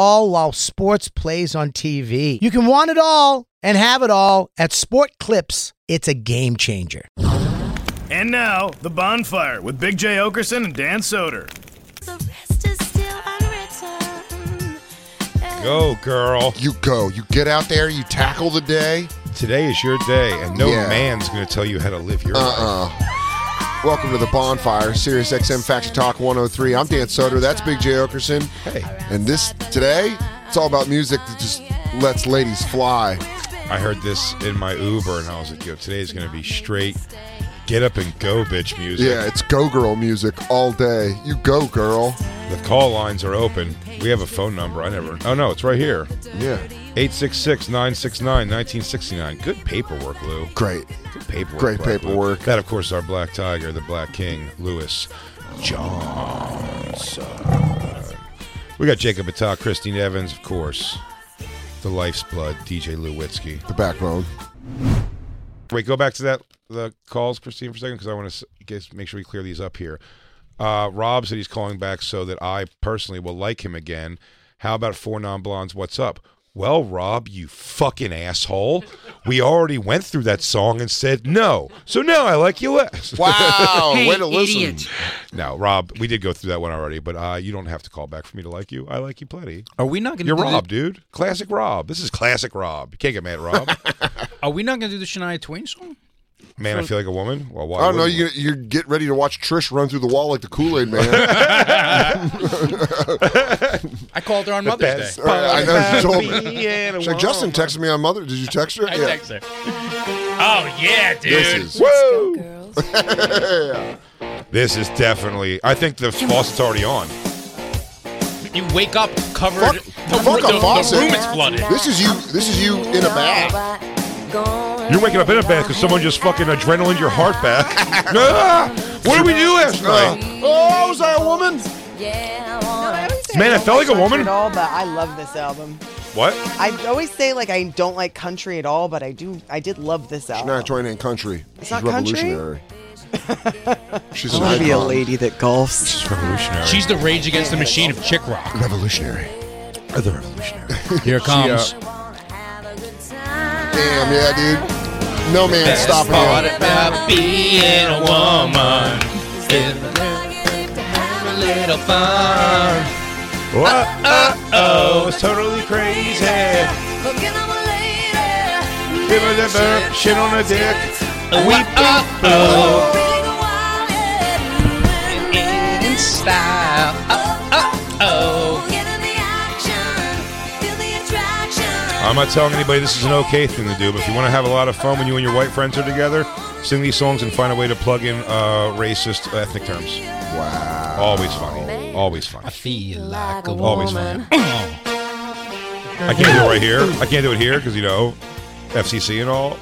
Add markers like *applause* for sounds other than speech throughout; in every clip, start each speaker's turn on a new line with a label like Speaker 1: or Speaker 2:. Speaker 1: all while sports plays on TV. You can want it all and have it all at Sport Clips. It's a game changer.
Speaker 2: And now, The Bonfire with Big J. Okerson and Dan Soder.
Speaker 3: The rest is still unwritten.
Speaker 4: Go, girl.
Speaker 5: You go. You get out there. You tackle the day.
Speaker 4: Today is your day, and no
Speaker 5: Yeah. Uh-uh.
Speaker 4: man's going to tell you how to live your life.
Speaker 5: Uh, Welcome to the bonfire, Sirius XM Faction Talk 103. I'm Dan Soder. That's Big J Okerson.
Speaker 4: Hey,
Speaker 5: And this today, it's all about music that just lets ladies fly.
Speaker 4: I heard this in my Uber, and I was like, yo, today's going to be straight get up and go, bitch music.
Speaker 5: Yeah, it's go girl music all day. You go girl.
Speaker 4: The call lines are open. We have a phone number. I never. Oh, no, it's right here
Speaker 5: Yeah,
Speaker 4: 866 969 1969. Good paperwork, Lou.
Speaker 5: greate
Speaker 4: Good paperwork.
Speaker 5: Great
Speaker 4: Black Lou.
Speaker 5: paperwork.
Speaker 4: That, of course, is our Black Tiger, the Black King, Lewis Johnson. We got Jacob Atal, Christine Evans, of course, the Life's Blood, DJ Lewitsky.
Speaker 5: The backbone.
Speaker 4: Wait, go back to that the calls, Christine, for a second, because I want to make sure we clear these up here. Uh, Rob said he's calling back so that I personally will like him again. How about four non blondes? What's up? Well, Rob, you fucking asshole. We already went through that song and said no. So now I like you less. *laughs*
Speaker 5: Wow. *laughs* way to listen.
Speaker 4: No, Rob, we did go through that one already, but uh, you don't have to call back for me to like you. I like you plenty.
Speaker 6: Are we not going to?
Speaker 4: You're Rob, dude. Classic Rob. This is classic Rob. You can't get mad
Speaker 5: *laughs*
Speaker 4: at Rob.
Speaker 6: Are we not going to do the Shania Twain song?
Speaker 4: Man, I feel like a woman. Well, why
Speaker 5: I don't know.
Speaker 4: wouldn't
Speaker 5: You you get ready to watch Trish run through the wall like the Kool Aid
Speaker 4: *laughs*
Speaker 5: Man.
Speaker 6: I called her on Mother's Day.
Speaker 5: I know she told *laughs* me.
Speaker 4: It's
Speaker 5: She's like, Justin texted me on Mother. Did you text her?
Speaker 6: I
Speaker 5: Yeah.
Speaker 6: text her. Oh yeah, dude.
Speaker 5: This is
Speaker 4: Woo!
Speaker 3: Girls.
Speaker 4: This is definitely. I think the faucet's already on.
Speaker 6: You wake up covered.
Speaker 5: Fuck-
Speaker 6: the,
Speaker 5: fuck
Speaker 6: the-
Speaker 5: a
Speaker 6: the- the
Speaker 5: faucet.
Speaker 6: room is flooded.
Speaker 5: this is you. This is you in a bath.
Speaker 4: You're waking up in a bath because someone just fucking adrenaline your heart back. *laughs* Ah! what did we do last night? Oh, was I a woman?
Speaker 3: Yeah, I wanna-
Speaker 4: Man, I felt like a
Speaker 7: country
Speaker 4: woman.
Speaker 7: At all, but I love this album.
Speaker 4: What?
Speaker 7: I always say like I don't like country at all, but I do. I did love this album.
Speaker 5: Shania Twain ain't country. She's
Speaker 7: not country?
Speaker 5: revolutionary. She's
Speaker 7: I
Speaker 5: an
Speaker 7: want to be a
Speaker 5: icon.
Speaker 7: lady that golfs.
Speaker 4: She's revolutionary.
Speaker 6: She's the Rage Against the Machine of chick
Speaker 5: *laughs*
Speaker 6: rock. uh,
Speaker 5: Revolutionary.
Speaker 4: the revolutionary.
Speaker 6: Here comes.
Speaker 5: Damn, yeah, dude. No man stopping him.
Speaker 6: about being a woman. little fun.
Speaker 4: What? Uh oh, it's totally crazy.
Speaker 3: Looking at my lady.
Speaker 4: Give her the burp, shit on her dick.
Speaker 6: Weep up, oh,
Speaker 3: Big wild head.
Speaker 6: style.
Speaker 4: uh,
Speaker 6: oh.
Speaker 3: Get in the action. Feel the attraction.
Speaker 4: I'm not telling anybody this is an okay thing to do, but if you want to have a lot of fun when you and your white friends are together, sing these songs and find a way to plug in uh, racist ethnic terms. Wow. Always funny. Always funny.
Speaker 6: Feel like a
Speaker 4: Always funny. I can't do it right here. I can't do it here because, you know, FCC and
Speaker 5: *laughs*
Speaker 4: all.
Speaker 5: I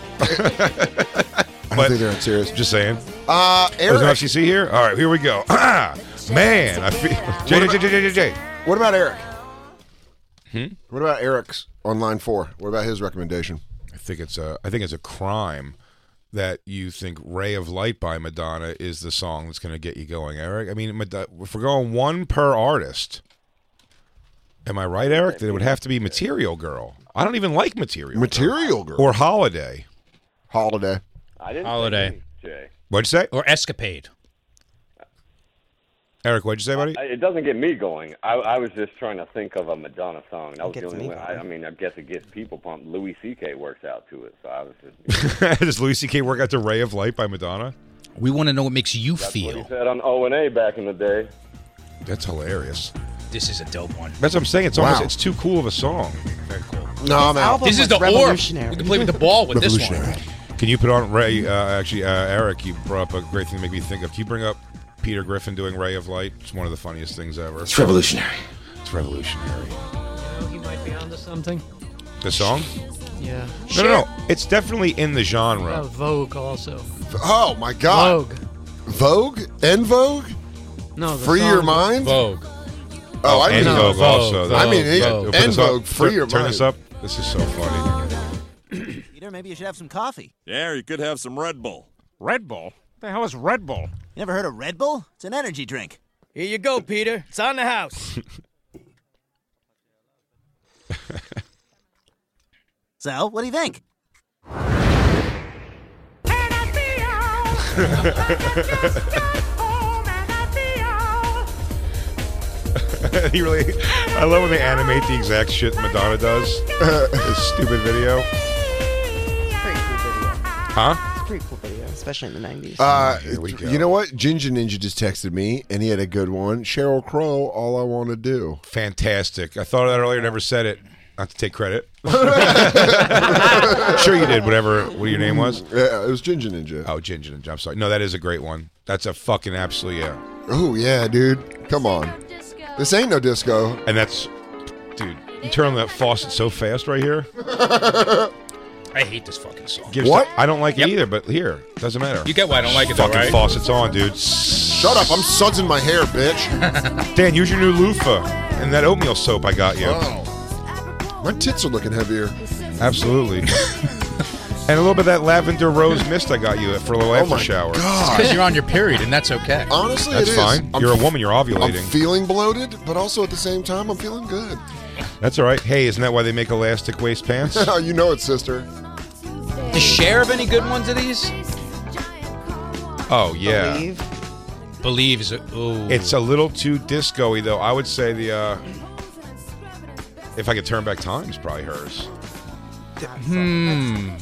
Speaker 4: But-
Speaker 5: don't think they're serious.
Speaker 4: Just saying. Oh,
Speaker 5: Uh,
Speaker 4: There's no
Speaker 5: Eric.
Speaker 4: FCC here? All right, here we go. *clears throat* Man, I feel. J, J, J, J, J, J.
Speaker 5: What about Eric? What about Eric's on line four? What about his recommendation?
Speaker 4: I think it's a I think it's a crime that you think "Ray of Light" by Madonna is the song that's going to get you going, Eric. I mean, Mad- if we're going one per artist, am I right, Eric? That it would have to be Material Girl. I don't even like Material
Speaker 5: Material Girl.
Speaker 4: Girl. or Holiday.
Speaker 5: Holiday.
Speaker 6: holiday
Speaker 4: What'd you say?
Speaker 6: or escapade.
Speaker 4: Eric, what'd you say, buddy?
Speaker 8: I- It doesn't get me going. I, I was just trying to think of a Madonna song. That was the
Speaker 6: Gets
Speaker 8: only
Speaker 6: me
Speaker 8: one. I, I
Speaker 6: going.
Speaker 8: mean, I guess it gets people pumped. Louis C.K. works out to it, so I was just.
Speaker 4: *laughs* Does Louis C.K. work out to "Ray of Light" by Madonna?
Speaker 9: We want to know what makes you
Speaker 8: That's what he
Speaker 9: feel.
Speaker 8: said on O and A back in the day.
Speaker 4: That's hilarious.
Speaker 9: This is a dope one.
Speaker 4: That's what I'm saying. It's almost
Speaker 5: Wow.
Speaker 4: it's too cool of a song.
Speaker 5: No, I'm out.
Speaker 6: Album
Speaker 9: This is
Speaker 6: was
Speaker 9: the orb. We
Speaker 6: revolutionary.
Speaker 9: can play with the ball with this one.
Speaker 5: Revolutionary.
Speaker 4: Can you put on Ray? Uh, actually, uh, Eric, you brought up a great thing to make me think of. Can you bring up Peter Griffin doing "Ray of Light"? It's one of the funniest things ever. It's
Speaker 5: revolutionary.
Speaker 4: revolutionary.
Speaker 10: He might be onto something.
Speaker 4: The song?
Speaker 10: Yeah.
Speaker 4: No, no, no. It's definitely in the genre.
Speaker 10: Uh, Vogue also.
Speaker 5: Oh my God.
Speaker 10: Vogue.
Speaker 5: Vogue, En Vogue,
Speaker 10: No. The
Speaker 5: Free
Speaker 10: song-
Speaker 5: Your Mind.
Speaker 9: Vogue.
Speaker 5: Oh, I
Speaker 4: and
Speaker 5: didn't
Speaker 9: No,
Speaker 4: Vogue
Speaker 9: Vogue,
Speaker 4: also.
Speaker 9: Vogue,
Speaker 4: That-
Speaker 5: I mean, it-
Speaker 4: that-
Speaker 5: and
Speaker 4: open this
Speaker 5: Vogue,
Speaker 4: up.
Speaker 5: free
Speaker 4: Tur-
Speaker 5: your
Speaker 4: Turn this
Speaker 5: mind.
Speaker 4: up. This is so funny.
Speaker 11: Peter, maybe you should have some coffee.
Speaker 12: Yeah, you could have some Red Bull.
Speaker 13: Red Bull? The hell is Red Bull?
Speaker 11: You never heard of Red Bull? It's an energy drink.
Speaker 10: Here you go, Peter. It's on the house.
Speaker 11: So, what do you think?
Speaker 4: *laughs* he really. I love when they animate the exact shit Madonna does. *laughs* this stupid video,
Speaker 6: Pretty cool video.
Speaker 4: huh?
Speaker 6: It's a pretty cool video, especially in the 90s.
Speaker 5: Uh,
Speaker 4: Here we go.
Speaker 5: you know what? Ginger Ninja just texted me, and he had a good one. Cheryl Crow, all I want to do.
Speaker 4: Fantastic. I thought of that earlier. Never said it. Not to take
Speaker 9: *laughs*
Speaker 4: credit. sure you did. Whatever. What your name was?
Speaker 5: Yeah, it was Ginger Ninja.
Speaker 4: Oh, Ginger and I'm sorry. No, that is a great one. That's a fucking absolutely yeah.
Speaker 5: Oh yeah, dude. Come on. This ain't no disco.
Speaker 4: And that's, dude. You turn on that faucet so fast right here.
Speaker 9: I hate this fucking song.
Speaker 4: Gives
Speaker 5: What?
Speaker 4: I don't like
Speaker 9: Yep.
Speaker 4: it either, but here doesn't matter.
Speaker 9: You get why I don't like it, though,
Speaker 4: Fucking
Speaker 9: right?
Speaker 4: faucets on, dude.
Speaker 5: Shut up! I'm sudsing my hair,
Speaker 4: *laughs*
Speaker 5: bitch.
Speaker 4: Dan, use your new loofah and that oatmeal soap I got
Speaker 9: Oh.
Speaker 4: you. Oh.
Speaker 5: My tits are looking heavier.
Speaker 4: Absolutely. *laughs* and a little bit of that lavender rose mist I got you for a little
Speaker 5: Oh
Speaker 4: after
Speaker 5: my
Speaker 4: shower.
Speaker 5: god!
Speaker 9: Because you're on your period, and that's okay.
Speaker 5: Honestly,
Speaker 4: Ah. That's
Speaker 5: it is.
Speaker 4: fine.
Speaker 5: I'm
Speaker 4: you're a
Speaker 5: f-
Speaker 4: woman. You're
Speaker 5: I'm
Speaker 4: ovulating.
Speaker 5: feeling bloated, but also at the same time, I'm feeling good. *laughs*
Speaker 4: That's all right. Hey, isn't that why they make elastic waist pants?
Speaker 5: you know it, sister.
Speaker 6: Uh,
Speaker 9: Does Cher have any good ones of these?
Speaker 4: oh yeah.
Speaker 6: Believe.
Speaker 9: Believe is a, ooh.
Speaker 4: It's a little too disco-y, though. I would say the. uh If I could turn back time, it's probably hers.
Speaker 9: hmm.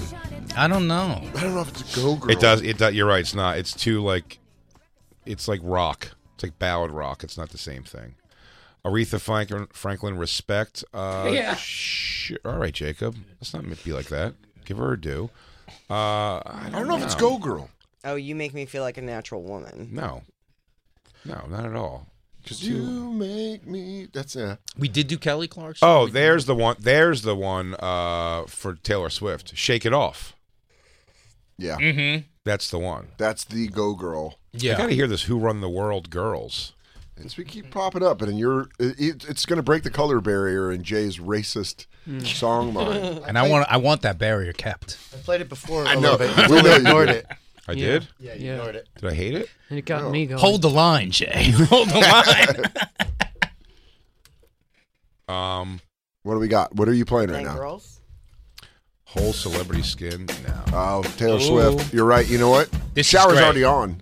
Speaker 9: I don't know.
Speaker 5: I don't know if it's a go girl.
Speaker 4: It does. It does. You're right. It's not. It's too like. It's like rock. It's like ballad rock. It's not the same thing. Aretha Franklin, Franklin respect. Uh,
Speaker 10: Yeah.
Speaker 4: sh- all right, Jacob. Let's not be like that. Give her a due. Uh, I,
Speaker 5: I don't know if it's go girl.
Speaker 6: Oh, you make me feel like a natural woman.
Speaker 4: No. No, not at all.
Speaker 5: Cause you make me. That's a.
Speaker 9: We did do Kelly Clarkson.
Speaker 4: Oh, there's the one. There's the one uh, for Taylor Swift. Shake it off.
Speaker 5: Yeah,
Speaker 9: Mm-hmm.
Speaker 4: That's the one.
Speaker 5: that's the go girl.
Speaker 4: I got
Speaker 9: Yeah.
Speaker 4: to hear this Who Run the World girls.
Speaker 5: As we keep popping up, and you're, it, it's going to break the color barrier in Jay's racist song line.
Speaker 9: *laughs* And I want I want that barrier kept.
Speaker 14: I played it before.
Speaker 5: I
Speaker 14: a
Speaker 5: know.
Speaker 14: little bit.
Speaker 5: We
Speaker 14: until
Speaker 5: know
Speaker 14: I
Speaker 5: you
Speaker 14: ignored
Speaker 5: did.
Speaker 14: it.
Speaker 4: I
Speaker 10: Yeah.
Speaker 4: did?
Speaker 14: Yeah, you
Speaker 10: Yeah.
Speaker 14: ignored it.
Speaker 4: Did I hate it?
Speaker 10: And it got me going.
Speaker 9: Hold the line, Jay. *laughs* Hold the *laughs* line.
Speaker 4: Um,
Speaker 5: What do we got? What are you playing right
Speaker 6: And
Speaker 5: now?
Speaker 6: girls?
Speaker 4: whole celebrity skin? No.
Speaker 5: Oh, Taylor
Speaker 9: Ooh.
Speaker 5: Swift. You're right. You know what?
Speaker 9: This is
Speaker 5: Shower's
Speaker 9: great.
Speaker 5: already on.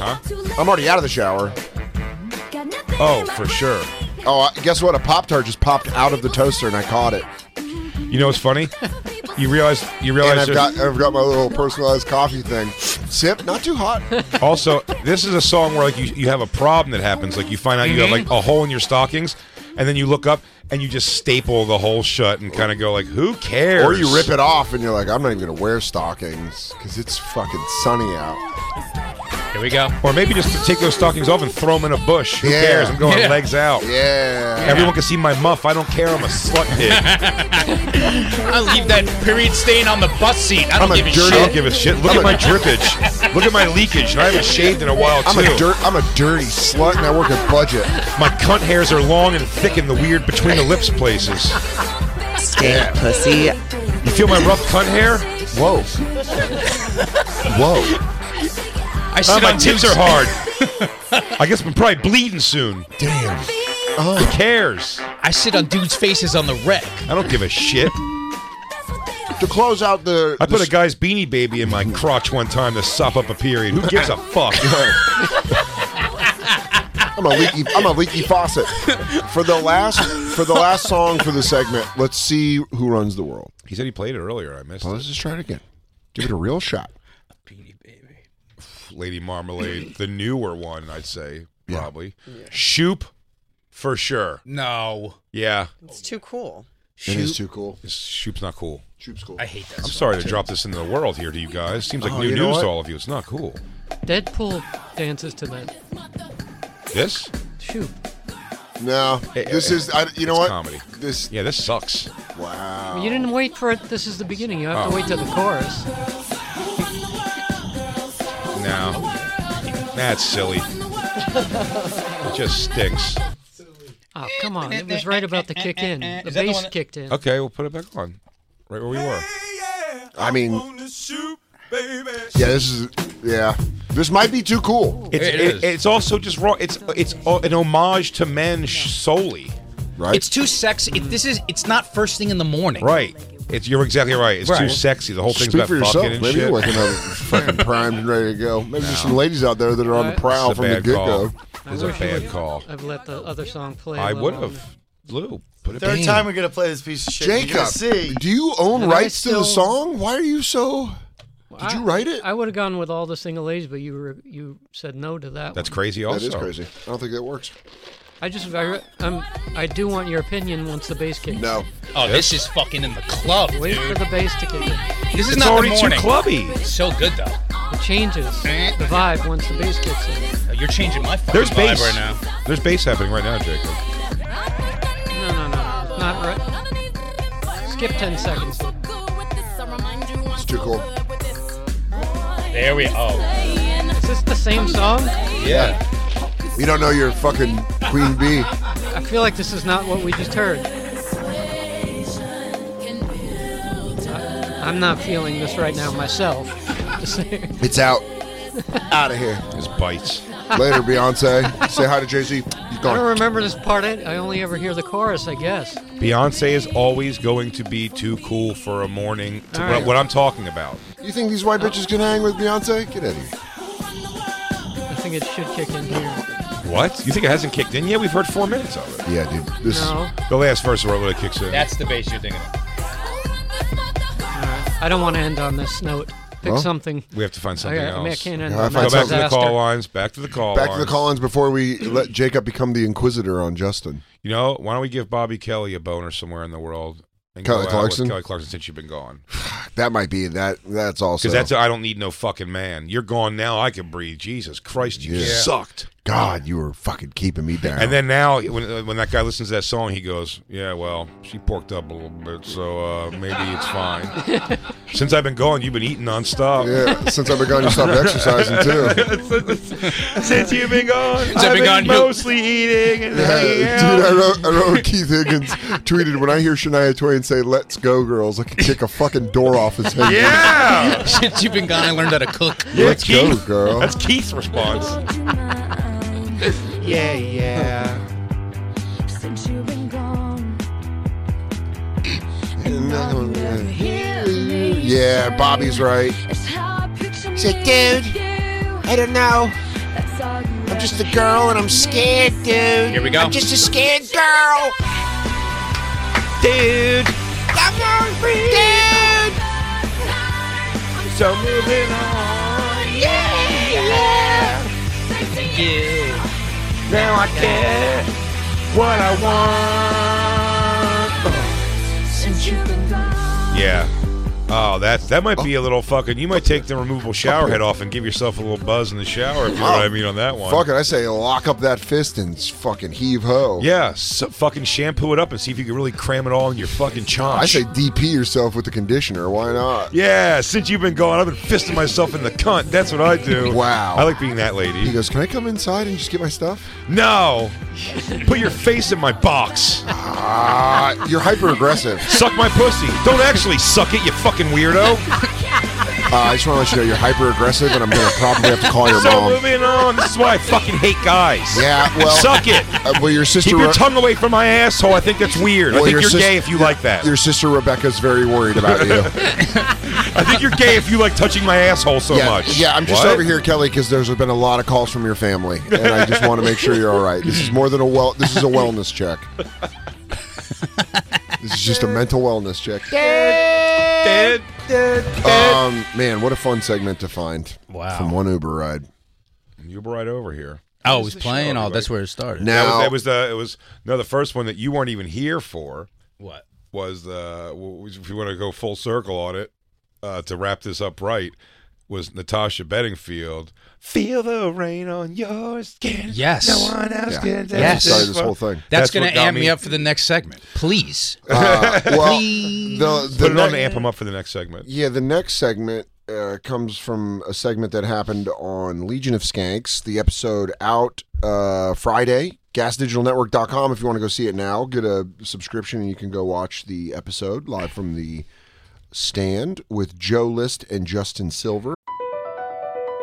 Speaker 5: I'm already out of the shower.
Speaker 4: Oh, for sure.
Speaker 5: Oh, I, guess what? A Pop Tart just popped out of the toaster, and I caught it.
Speaker 4: You know what's funny? You realize you
Speaker 9: Oh,
Speaker 5: And
Speaker 4: realize
Speaker 5: I've got,
Speaker 4: there's-
Speaker 5: I've got my little personalized coffee thing. Sip, not too
Speaker 9: *laughs*
Speaker 5: hot.
Speaker 4: also this is a song where like you, you have a problem that happens. Like you find out you have like a hole in your stockings, and then you look up and you just staple the hole shut and kind of go like, who cares?
Speaker 5: Or you rip it off, and you're like, I'm not even going to wear stockings because it's fucking sunny out.
Speaker 9: Here we go.
Speaker 4: Or maybe just take those stockings off and throw them in a bush. Who
Speaker 5: Yeah.
Speaker 4: cares? I'm going
Speaker 9: Yeah.
Speaker 4: legs out.
Speaker 5: Yeah.
Speaker 4: Everyone can see my muff. I don't care. I'm a slut pig.
Speaker 9: I leave that period stain on the bus seat. I
Speaker 4: I'm
Speaker 9: don't
Speaker 4: a
Speaker 9: give a
Speaker 4: dirty. I don't
Speaker 9: shit.
Speaker 4: give a shit. Look at my drippage. Look at my leakage. And I haven't shaved in a while too.
Speaker 5: I'm a dirt. I'm a dirty slut, and I work at Budget.
Speaker 4: My cunt hairs are long and thick in the weird between the lips places.
Speaker 6: Stank pussy.
Speaker 4: You feel my rough cunt hair?
Speaker 5: Whoa. Whoa.
Speaker 9: I
Speaker 4: Uh,
Speaker 9: sit
Speaker 4: my
Speaker 9: on
Speaker 4: tips
Speaker 9: two-
Speaker 4: are hard.
Speaker 5: *laughs*
Speaker 4: I guess I'm probably bleeding soon.
Speaker 5: Damn.
Speaker 4: Who cares?
Speaker 9: I sit on dudes' faces on the wreck.
Speaker 4: I don't give a shit.
Speaker 5: To close out the,
Speaker 4: I put
Speaker 5: the
Speaker 4: a guy's beanie baby in my
Speaker 5: *laughs*
Speaker 4: crotch one time to sop up a period. Who gives a fuck?
Speaker 5: I I'm a leaky. I'm a leaky faucet. For the last, for the last song for the segment, let's see who runs the world.
Speaker 4: He said he played it earlier. I missed
Speaker 5: Well,
Speaker 4: it.
Speaker 5: let's just try it again. Give it a real shot.
Speaker 4: Lady Marmalade, the newer one, I'd say probably. Shoop, for sure.
Speaker 15: No.
Speaker 4: Yeah,
Speaker 7: It's too cool.
Speaker 5: It is too cool.
Speaker 4: It's- Shoop's not cool.
Speaker 5: Shoop's cool.
Speaker 15: I hate that.
Speaker 4: I'm
Speaker 15: song,
Speaker 4: sorry to
Speaker 15: too.
Speaker 4: drop this into the world here to you guys. Seems like
Speaker 5: Oh,
Speaker 4: new
Speaker 5: you know
Speaker 4: news
Speaker 5: what?
Speaker 4: to all of you. It's not cool.
Speaker 6: Deadpool dances to that.
Speaker 4: This?
Speaker 6: Shoot.
Speaker 5: No, this
Speaker 4: eh,
Speaker 5: is. I, you know
Speaker 4: it's
Speaker 5: what?
Speaker 4: comedy.
Speaker 5: This.
Speaker 4: Yeah, this sucks.
Speaker 5: Wow.
Speaker 6: You didn't wait for it. This is the beginning. You have
Speaker 4: Oh.
Speaker 6: to wait till the chorus.
Speaker 4: No. That's silly. It just stinks.
Speaker 6: Oh, come on. It was right about to kick in.
Speaker 9: Eh,
Speaker 6: The
Speaker 15: Is that the
Speaker 6: bass
Speaker 15: one that-
Speaker 6: kicked in.
Speaker 4: Okay, we'll put it back on. Right where we were.
Speaker 5: I mean, yeah, this is. Yeah, this might be too cool,
Speaker 4: It's,
Speaker 15: It
Speaker 4: it-
Speaker 15: is.
Speaker 4: it's also just wrong. It's it's o- an homage to men sh- solely.
Speaker 5: right?
Speaker 15: It's too sexy. It, this is. It's not first thing in the morning.
Speaker 4: Right. It's you're exactly right. It's too
Speaker 15: Right.
Speaker 4: sexy. The whole thing's
Speaker 5: Speak
Speaker 4: about
Speaker 5: for
Speaker 4: fucking
Speaker 5: yourself.
Speaker 4: and
Speaker 5: Maybe
Speaker 4: shit.
Speaker 5: you're looking
Speaker 4: *laughs*
Speaker 5: at it fucking primed and ready to go. Maybe there's some ladies out there that are on
Speaker 6: Alright.
Speaker 5: the prowl
Speaker 4: It's a
Speaker 5: from the
Speaker 4: bad
Speaker 5: get
Speaker 4: call.
Speaker 5: go.
Speaker 4: It's a bad call.
Speaker 6: I've let the other song play.
Speaker 4: I
Speaker 6: while
Speaker 4: would
Speaker 6: I'm-
Speaker 4: have. Lou, put it
Speaker 16: Third
Speaker 4: back.
Speaker 16: time we're gonna play this piece of shit. You're gonna
Speaker 5: Jacob,
Speaker 16: see.
Speaker 5: do you own
Speaker 6: And I
Speaker 5: rights to the
Speaker 6: still-
Speaker 5: song? Why are you so? Did you
Speaker 6: I-
Speaker 5: write it?
Speaker 6: I would have gone with all the single A's, but you were, you said no to that.
Speaker 4: That's
Speaker 6: one.
Speaker 4: crazy. Also,
Speaker 5: That is crazy. I don't think that works.
Speaker 6: I just I, re-
Speaker 3: um,
Speaker 6: I'm, I do want your opinion once the bass kicks.
Speaker 5: No.
Speaker 15: Oh, this is fucking in the club,
Speaker 6: Wait for
Speaker 15: dude.
Speaker 6: the bass to kick in.
Speaker 15: This is
Speaker 4: It's
Speaker 15: not the
Speaker 4: already too
Speaker 15: morning.
Speaker 4: clubby.
Speaker 15: It's so good though.
Speaker 6: It changes the vibe once the bass kicks in.
Speaker 15: Oh, You're changing my fucking
Speaker 4: There's
Speaker 15: vibe
Speaker 4: bass
Speaker 15: right now.
Speaker 4: There's bass happening right now, Jacob.
Speaker 6: No, no, no, no. Not right. Skip 10 seconds.
Speaker 5: It's too cool.
Speaker 15: There we oh
Speaker 6: Is this the same song?
Speaker 15: yeah.
Speaker 5: You don't know your fucking queen bee.
Speaker 6: I feel like this is not what we just heard. I, I'm not feeling this right now myself.
Speaker 5: It's out. Out of here.
Speaker 4: It's bites.
Speaker 5: Later, Beyonce. Say hi to Jay Z. He's
Speaker 6: I don't
Speaker 5: gone.
Speaker 6: remember this part. I I only ever hear the chorus, I guess.
Speaker 4: Beyonce is always going to be too cool for a morning. To,
Speaker 6: All right.
Speaker 4: what, what I'm talking about.
Speaker 5: You think these white bitches can hang with Beyonce? Get out of here.
Speaker 6: I think it should kick in here.
Speaker 4: What? You think it hasn't kicked in yet? We've heard four minutes of it.
Speaker 5: Yeah, dude. This
Speaker 6: No,
Speaker 4: The last verse where it really kicks in.
Speaker 15: That's the bass you're thinking of.
Speaker 6: I don't *laughs* want to end on this note. Pick
Speaker 15: *laughs*
Speaker 5: Well,
Speaker 6: something.
Speaker 4: we have to find
Speaker 6: I,
Speaker 4: something
Speaker 6: I mean, I
Speaker 4: else.
Speaker 6: can't end
Speaker 5: Yeah, I
Speaker 6: on
Speaker 4: Go
Speaker 6: that
Speaker 5: find
Speaker 4: back to the
Speaker 6: disaster.
Speaker 4: call lines. Back to the call
Speaker 5: back
Speaker 4: lines.
Speaker 5: to the call-ins before we let Jacob become the inquisitor on Justin.
Speaker 4: You know, why don't we give Bobby Kelly a boner somewhere in the world? And
Speaker 5: Kelly
Speaker 4: go out
Speaker 5: Clarkson?
Speaker 4: With Kelly Clarkson since you've been gone.
Speaker 5: That might be that. That's also.
Speaker 4: Because that's I I don't need no fucking man. You're gone now. I can breathe. Jesus Christ, you
Speaker 5: Yeah.
Speaker 4: sucked.
Speaker 5: God, you were fucking keeping me down.
Speaker 4: And then now, when, when that guy listens to that song, he goes, "Yeah, well, she porked up a little bit, so uh, maybe it's
Speaker 15: *laughs*
Speaker 4: fine." Since I've been gone, you've been eating nonstop.
Speaker 5: yeah, since I've been gone, you stopped exercising too.
Speaker 4: *laughs* Since you've been gone,
Speaker 15: I've been gone, you-
Speaker 4: eating and
Speaker 5: Yeah, dude, I wrote, I wrote Keith Higgins tweeted, "When I hear Shania Twain say "Let's go, girls," I could kick a fucking door off his head."
Speaker 4: *laughs* yeah,
Speaker 15: Since you've been gone, I learned how to
Speaker 6: *laughs*
Speaker 15: cook.
Speaker 4: Yeah,
Speaker 5: Let's go,
Speaker 4: Keith.
Speaker 5: girl.
Speaker 4: That's Keith's response. yeah, yeah.
Speaker 5: Yeah, Bobby's right.
Speaker 3: Say, dude, I don't know. I'm just a girl and I'm scared, dude.
Speaker 15: Here we go.
Speaker 3: I'm just a scared girl.
Speaker 4: Dude,
Speaker 3: Come on, dude.
Speaker 4: so moving on. Now I get what I want. Yeah. Oh, that's that might be a little fucking. You might take the removable shower head off and give yourself a little buzz in the shower if you know what I mean on that one.
Speaker 5: Oh, Fuck it, I say lock up that fist and s- fucking heave ho.
Speaker 4: Yeah, so fucking shampoo it up and see if you can really cram it all in your fucking chonch.
Speaker 5: I say DP yourself with the conditioner. Why not?
Speaker 4: yeah. Since you've been gone, I've been fisting myself in the cunt. That's what I do.
Speaker 5: Wow.
Speaker 4: I like being that lady.
Speaker 5: He goes, "Can I come inside and just get my stuff?"
Speaker 4: no, put your face in my box.
Speaker 5: Ah, you're hyper aggressive.
Speaker 4: Suck my pussy. Don't actually suck it, you fucking weirdo.
Speaker 5: Uh, I just want to let you know you're hyper aggressive, and I'm going to probably have to call *laughs* your
Speaker 4: so
Speaker 5: mom.
Speaker 4: moving on. This is why I fucking hate guys.
Speaker 5: Yeah, well-
Speaker 4: suck it.
Speaker 5: Uh, well, your sister
Speaker 4: Keep your
Speaker 5: Re-
Speaker 4: tongue away from my asshole. I think that's weird.
Speaker 5: Well,
Speaker 4: I think you're
Speaker 5: sis-
Speaker 4: gay if you
Speaker 5: your-
Speaker 4: like that.
Speaker 5: Your sister Rebecca's very worried about *laughs* you.
Speaker 4: I think you're gay if you like touching my asshole so
Speaker 5: yeah,
Speaker 4: much.
Speaker 5: yeah, I'm just
Speaker 4: What?
Speaker 5: over here, Kelly, because there's been a lot of calls from your family, and I just want to make sure you're all right. This is more than a well. This is a wellness check. This is just a mental wellness check.
Speaker 4: Dead.
Speaker 5: Um, man, what a fun segment to find.
Speaker 4: Wow.
Speaker 5: From one Uber ride.
Speaker 4: You were right over here.
Speaker 15: Oh, it
Speaker 4: This
Speaker 15: was
Speaker 4: is the
Speaker 15: playing? Oh,
Speaker 4: everybody.
Speaker 15: that's where it started.
Speaker 4: that was,
Speaker 5: Now-
Speaker 4: that was the it was no the first one that you weren't even here for.
Speaker 15: What?
Speaker 4: was the w- w- if you want to go full circle on it uh, to wrap this up right was Natasha Bedingfield. Feel the rain on your skin.
Speaker 15: Yes.
Speaker 4: No one else
Speaker 5: Yeah.
Speaker 4: can
Speaker 5: That's
Speaker 15: Yes.
Speaker 5: what started this whole
Speaker 4: *laughs*
Speaker 5: thing.
Speaker 15: That's,
Speaker 4: That's
Speaker 15: going
Speaker 4: what
Speaker 15: to
Speaker 4: got
Speaker 15: amp me
Speaker 4: me.
Speaker 15: up for the next segment. Please.
Speaker 5: Uh, well,
Speaker 15: Please.
Speaker 5: the, the
Speaker 4: Put it on
Speaker 5: next-
Speaker 4: to amp him up for the next segment.
Speaker 5: Yeah, the next segment uh, comes from a segment that happened on Legion of Skanks, the episode out uh, Friday, gasdigitalnetwork.com if you want to go see it now. Get a subscription and you can go watch the episode live from the stand with Joe List and Justin Silver.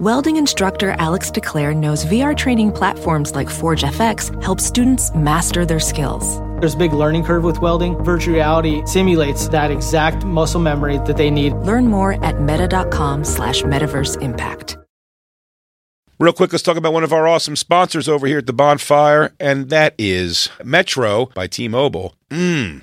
Speaker 16: Welding instructor Alex DeClaire knows VR training platforms like Forge FX help students master their skills.
Speaker 17: There's a big learning curve with welding. Virtual reality simulates that exact muscle memory that they need.
Speaker 16: Learn more at meta.com slash metaverse impact.
Speaker 4: Real quick, let's talk about one of our awesome sponsors over here at the bonfire, and that is Metro by T Mobile. Mmm.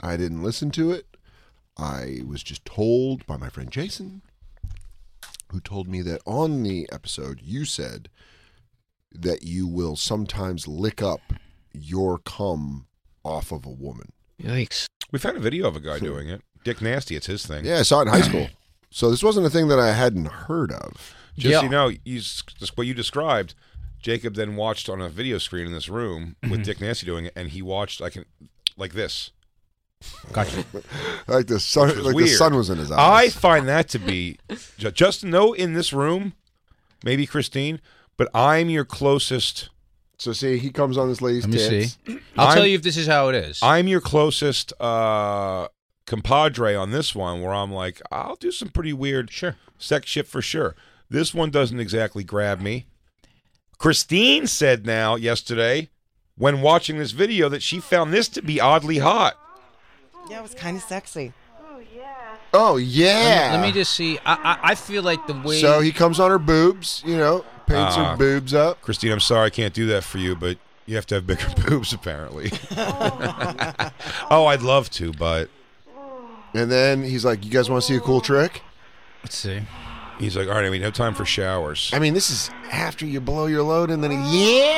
Speaker 5: I didn't listen to it. I was just told by my friend Jason, who told me that on the episode, you said that you will sometimes lick up your cum off of a woman.
Speaker 4: Yikes. We found a video of a guy doing it. Dick Nasty, it's his thing.
Speaker 5: Yeah, I saw it in
Speaker 15: *clears throat*
Speaker 5: high school. So this wasn't a thing that I hadn't heard of.
Speaker 4: Just so you know, you, s- just what you described, Jacob then watched on a video screen in this room with Dick Nasty doing it, and he watched like, an, like this.
Speaker 15: Gotcha.
Speaker 5: like the sun,
Speaker 4: which was
Speaker 5: like the
Speaker 4: weird.
Speaker 5: sun was in his eyes.
Speaker 4: I find that to be ju- just know in this room, maybe Christine, but I'm your closest.
Speaker 5: So see, he comes on this lady's
Speaker 15: Let me
Speaker 5: tits.
Speaker 15: see. I'll tell
Speaker 4: I'm-
Speaker 15: you if this is how it is.
Speaker 4: I'm your closest uh, compadre on this one, where I'm like, I'll do some pretty weird sure. sex shit for sure. This one doesn't exactly grab me. Christine said now yesterday, when watching this video, that she found this to be oddly hot.
Speaker 7: Yeah, it was kind of sexy.
Speaker 5: Oh
Speaker 15: Let
Speaker 5: yeah.
Speaker 15: me, let me just see. I, I I feel like the way.
Speaker 5: So he comes on her boobs, you know, paints
Speaker 4: Ah.
Speaker 5: her boobs up.
Speaker 4: Christine, I'm sorry I can't do that for you, but you have to have bigger *laughs* boobs, apparently. *laughs* oh, I'd love to, but
Speaker 5: And then he's like, "You guys want to see a cool trick?"
Speaker 15: Let's see.
Speaker 4: He's like, all right, we have time for showers.
Speaker 5: I mean, this is after you blow your load and then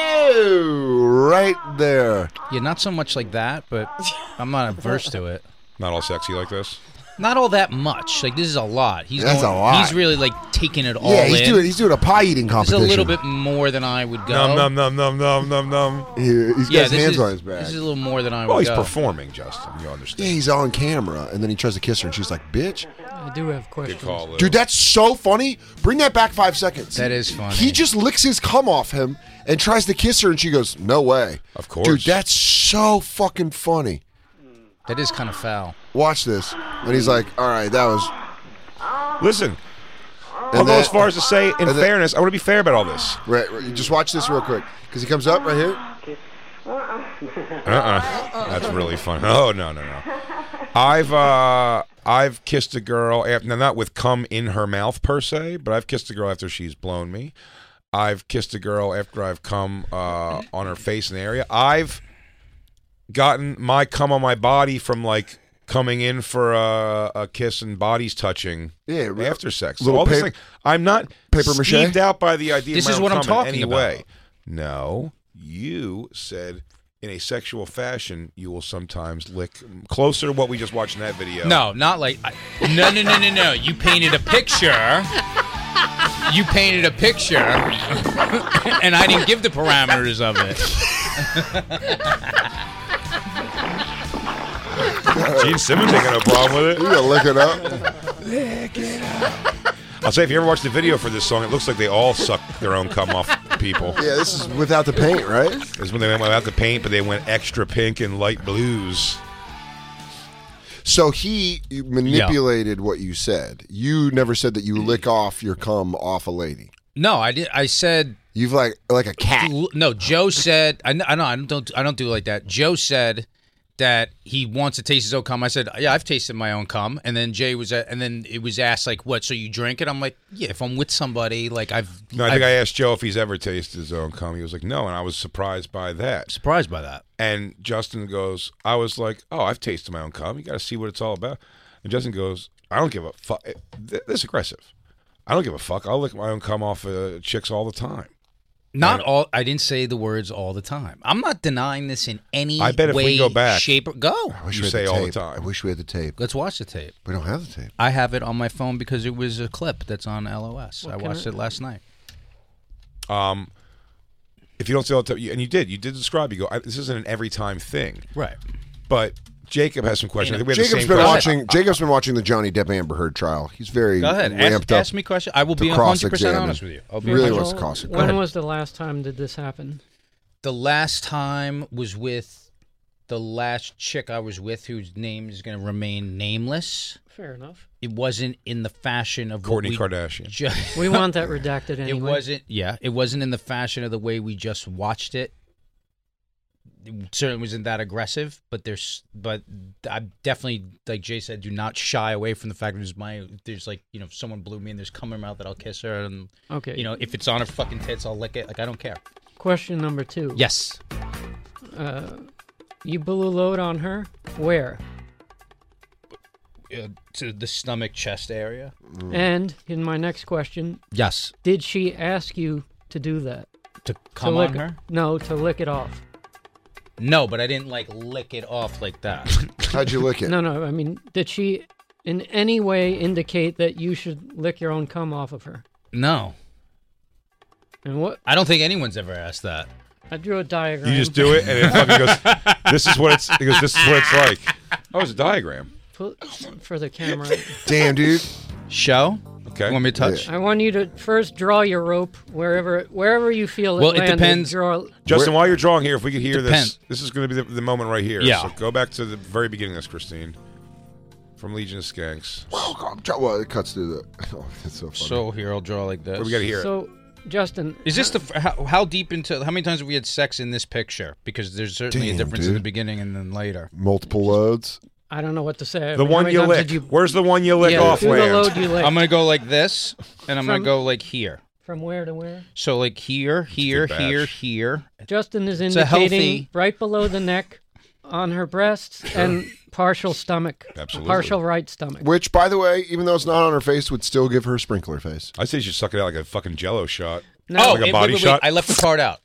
Speaker 5: you right there.
Speaker 9: Yeah, not so much like that, but I'm not averse to it.
Speaker 4: Not all sexy like this.
Speaker 9: Not all that much. Like this is a lot. He's
Speaker 5: That's
Speaker 9: going-
Speaker 5: a lot.
Speaker 9: He's really like taking it all
Speaker 5: yeah, he's
Speaker 9: in.
Speaker 5: doing he's doing a pie eating
Speaker 9: This is a
Speaker 5: competition.
Speaker 9: little bit more than I would go.
Speaker 4: Nom nom nom nom nom nom nom.
Speaker 5: He, has
Speaker 9: yeah,
Speaker 5: got his
Speaker 9: this
Speaker 5: hands
Speaker 9: is,
Speaker 5: on his back.
Speaker 9: This is a little more than I would
Speaker 4: Well, Oh, he's
Speaker 9: go.
Speaker 4: performing, Justin. You understand?
Speaker 5: yeah, he's on camera, and then he tries to kiss her, and she's like, "Bitch,
Speaker 8: I do have questions.
Speaker 4: call, Lou.
Speaker 5: dude, that's so funny. Bring that back five seconds."
Speaker 9: That is funny.
Speaker 5: He just licks his cum off him and tries to kiss her, and she goes, "No way."
Speaker 4: Of course.
Speaker 5: dude, that's so fucking funny.
Speaker 9: That is kind of foul.
Speaker 5: Watch this, and he's like, "All right, that was."
Speaker 4: Listen,
Speaker 5: And
Speaker 4: I'll go
Speaker 5: then-
Speaker 4: as far as to say, in
Speaker 5: and then-
Speaker 4: fairness, I want to be fair about all this.
Speaker 5: Right, right, just watch this real quick because he comes up right here.
Speaker 4: Uh uh That's really fun. Oh no no no. I've uh I've kissed a girl after now not with cum in her mouth per se, but I've kissed a girl after she's blown me. I've kissed a girl after I've come uh, on her face in the area. I've gotten my cum on my body from like coming in for a, a kiss and bodies touching
Speaker 5: Yeah, re-
Speaker 4: after sex.
Speaker 5: little
Speaker 4: All this
Speaker 5: pa-
Speaker 4: thing, I'm not
Speaker 5: paper mache?
Speaker 4: skeeved out by the idea. of
Speaker 9: This
Speaker 4: my
Speaker 9: is
Speaker 4: own
Speaker 9: what I'm
Speaker 4: cum in
Speaker 9: talking
Speaker 4: any
Speaker 9: about.
Speaker 4: way. No, you said in a sexual fashion, you will sometimes lick closer to what we just watched in that video.
Speaker 9: No, not like. I, no, no, no, no, no. You painted a picture. You painted a picture, *laughs* and I didn't give the parameters of it.
Speaker 4: *laughs* Gene Simmons ain't got no problem with it.
Speaker 5: You gotta lick it
Speaker 4: *laughs*
Speaker 5: up.
Speaker 4: I'll say if you ever watch the video for this song, it looks like they all suck their own cum off people.
Speaker 5: Yeah, this is without the paint, right?
Speaker 4: It's when they went without the paint, but they went extra pink and light blues.
Speaker 5: So he manipulated what you said. You never said that you lick off your cum off a lady.
Speaker 9: no, I did. I said
Speaker 5: You've like like a cat.
Speaker 9: No, Joe said. I know. I, know, I don't. I don't do it like that. Joe said that he wants to taste his own cum. I said, yeah, I've tasted my own cum. And then Jay was, at, and then it was asked like, what? So you drink it? I'm like, yeah. If I'm with somebody, like I've.
Speaker 4: No, I think I asked Joe if he's ever tasted his own cum. He was like, no, and I was surprised by that.
Speaker 9: Surprised by that.
Speaker 4: And Justin goes, I was like, oh, I've tasted my own cum. You got to see what it's all about. And Justin goes, I don't give a fuck. This is aggressive. I don't give a fuck. I'll lick my own cum off uh, chicks all the time.
Speaker 9: Not all. I didn't say the words all the time. I'm not denying this in any.
Speaker 4: I bet if we
Speaker 9: way,
Speaker 4: go back-
Speaker 9: shape, or go. "Oh,
Speaker 5: I wish
Speaker 4: You
Speaker 5: we had
Speaker 4: say
Speaker 5: the
Speaker 4: all the
Speaker 5: tape.
Speaker 4: time.
Speaker 5: I wish we had the tape.
Speaker 9: Let's watch the tape.
Speaker 5: We don't have the tape.
Speaker 9: I have it on my phone because it was a clip that's on LOS. I
Speaker 8: can
Speaker 9: watched
Speaker 8: I-
Speaker 9: it last night.
Speaker 4: Um, if you don't say all the time, and you did, you did describe. You go, I, this isn't an every time thing,
Speaker 9: Right.
Speaker 4: But Jacob has some questions. I think we have the
Speaker 5: Jacob's
Speaker 4: same
Speaker 5: been
Speaker 4: question.
Speaker 5: watching. Jacob's been watching the Johnny Depp Amber Heard trial. He's very
Speaker 9: Go ahead. Ask-
Speaker 5: ramped up.
Speaker 9: ask me question- I will
Speaker 5: to
Speaker 9: be 100%
Speaker 5: cross-examine.
Speaker 9: honest with you. I'll be
Speaker 5: really
Speaker 9: 100%
Speaker 5: wants to cross
Speaker 9: Go ahead.
Speaker 8: When was the last time did this happen?
Speaker 9: The last time was with the last chick I was with, whose name is going to remain nameless.
Speaker 8: Fair enough.
Speaker 9: It wasn't in the fashion of
Speaker 4: Kourtney
Speaker 9: what we
Speaker 4: Kardashian.
Speaker 9: ju-
Speaker 8: *laughs* We want that redacted anyway.
Speaker 9: It wasn't. Yeah, it wasn't in the fashion of the way we just watched it. It certainly wasn't that aggressive, but there's, but I definitely, like Jay said, do not shy away from the fact that there's my, there's like, you know, if someone blew me and there's cum in her mouth that I'll kiss her, and
Speaker 8: Okay.
Speaker 9: you know, if it's on her fucking tits, I'll lick it. Like I don't care.
Speaker 8: Question number two.
Speaker 9: Yes.
Speaker 8: Uh, you blew load on her. Where?
Speaker 9: uh, to the stomach chest area.
Speaker 8: And in my next question,
Speaker 9: Yes.
Speaker 8: did she ask you to do that?
Speaker 9: To
Speaker 8: to
Speaker 9: come
Speaker 8: lick
Speaker 9: on her?
Speaker 8: No, to lick it off.
Speaker 9: No, but I didn't like lick it off like that.
Speaker 5: How'd you lick it?
Speaker 8: No, no. I mean, did she in any way indicate that you should lick your own cum off of her?
Speaker 9: *laughs* no.
Speaker 8: And what?
Speaker 9: I don't think anyone's ever asked that.
Speaker 8: I drew a diagram.
Speaker 4: You just do it, and it fucking goes. This is what it's. It goes. This is what it's like. Oh, it's a diagram.
Speaker 8: Pull- for the camera.
Speaker 5: Damn, dude.
Speaker 9: Show?
Speaker 4: Okay.
Speaker 9: You want me to touch?
Speaker 8: I want you to first draw your rope wherever wherever you feel it.
Speaker 9: Well, it
Speaker 8: landed,
Speaker 9: depends-
Speaker 8: Draw.
Speaker 4: Justin, while you're drawing here, if we could hear
Speaker 9: Depend-
Speaker 4: this, this is going to be the, the moment right here.
Speaker 9: Yeah.
Speaker 4: So go back to the very beginning of this, Christine, from Legion of Skanks.
Speaker 5: Oh, God, dr- well, it cuts through the. *laughs* Oh, it's so funny.
Speaker 9: So here, I'll draw like this.
Speaker 4: We gotta hear it.
Speaker 8: So, Justin,
Speaker 9: Is this the f- how, how deep into how many times have we had sex in this picture? Because there's certainly
Speaker 5: Damn,
Speaker 9: a difference in the
Speaker 5: dude.
Speaker 9: beginning and then later.
Speaker 5: Multiple loads.
Speaker 8: I don't know what to say.
Speaker 4: The
Speaker 8: How
Speaker 4: one
Speaker 8: many
Speaker 4: you
Speaker 8: times
Speaker 4: lick.
Speaker 8: did you-
Speaker 4: Where's the one you lick
Speaker 8: Yeah,
Speaker 4: off?
Speaker 8: do the
Speaker 4: land?
Speaker 8: load you lick.
Speaker 9: I'm gonna go like this, and I'm
Speaker 8: From-
Speaker 9: gonna go like here.
Speaker 8: From where to where?
Speaker 9: So like here, here,
Speaker 4: batch.
Speaker 9: here, here.
Speaker 8: Justin is
Speaker 9: It's a
Speaker 8: indicating
Speaker 9: healthy-
Speaker 8: right below the neck, on her breasts, and Partial stomach.
Speaker 4: Absolutely.
Speaker 8: Partial right stomach.
Speaker 5: Which, by the way, even though it's not on her face, would still give her sprinkler face.
Speaker 4: I say you should suck it out like a fucking Jello shot.
Speaker 9: No.
Speaker 4: Oh, like a
Speaker 9: wait,
Speaker 4: body
Speaker 9: wait, wait,
Speaker 4: shot.
Speaker 9: I left the part out.